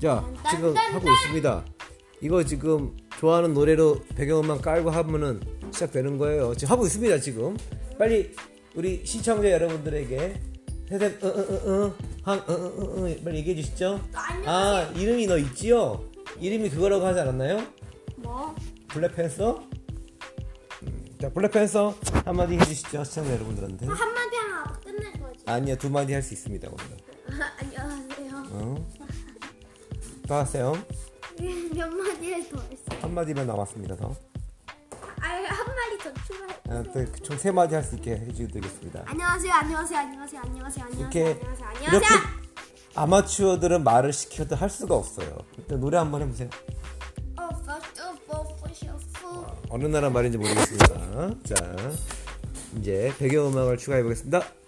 자 지금 하고 있습니다. 이거 지금 좋아하는 노래로 배경음악 깔고 하면은 시작되는 거예요. 지금 하고 있습니다. 지금 빨리 우리 시청자 여러분들에게 세대 어, 어어어어한어어어 빨리 얘기해 주시죠. 아 이름이 너 있지요? 이름이 그거라고 하지 않았나요? 뭐? 블랙팬서? 음, 자 블랙팬서 한마디 해주시죠 시청자 여러분들한테. 한마디 하면 아빠 끝낼 거지. 아니요 두 마디 할 수 있습니다 오늘. 안녕하세요. 어? 또 하세요. 몇 마디 더 했어요. 한 마디만 남았습니다. 더. 아, 한 마디 더 추가해. 총세 마디 할 수 있게 해주드리겠습니다. 안녕하세요. 안녕하세요. 안녕하세요. 안녕하세요. 안녕하세요. 이렇게 안녕하세요. 이렇게 안녕하세요. 아마추어들은 말을 시켜도 할 수가 없어요. 일단 노래 한번 해보세요. 어, 버스, 버스, 버스. 어느 나라 말인지 모르겠습니다. 자, 이제 배경음악을 추가해보겠습니다.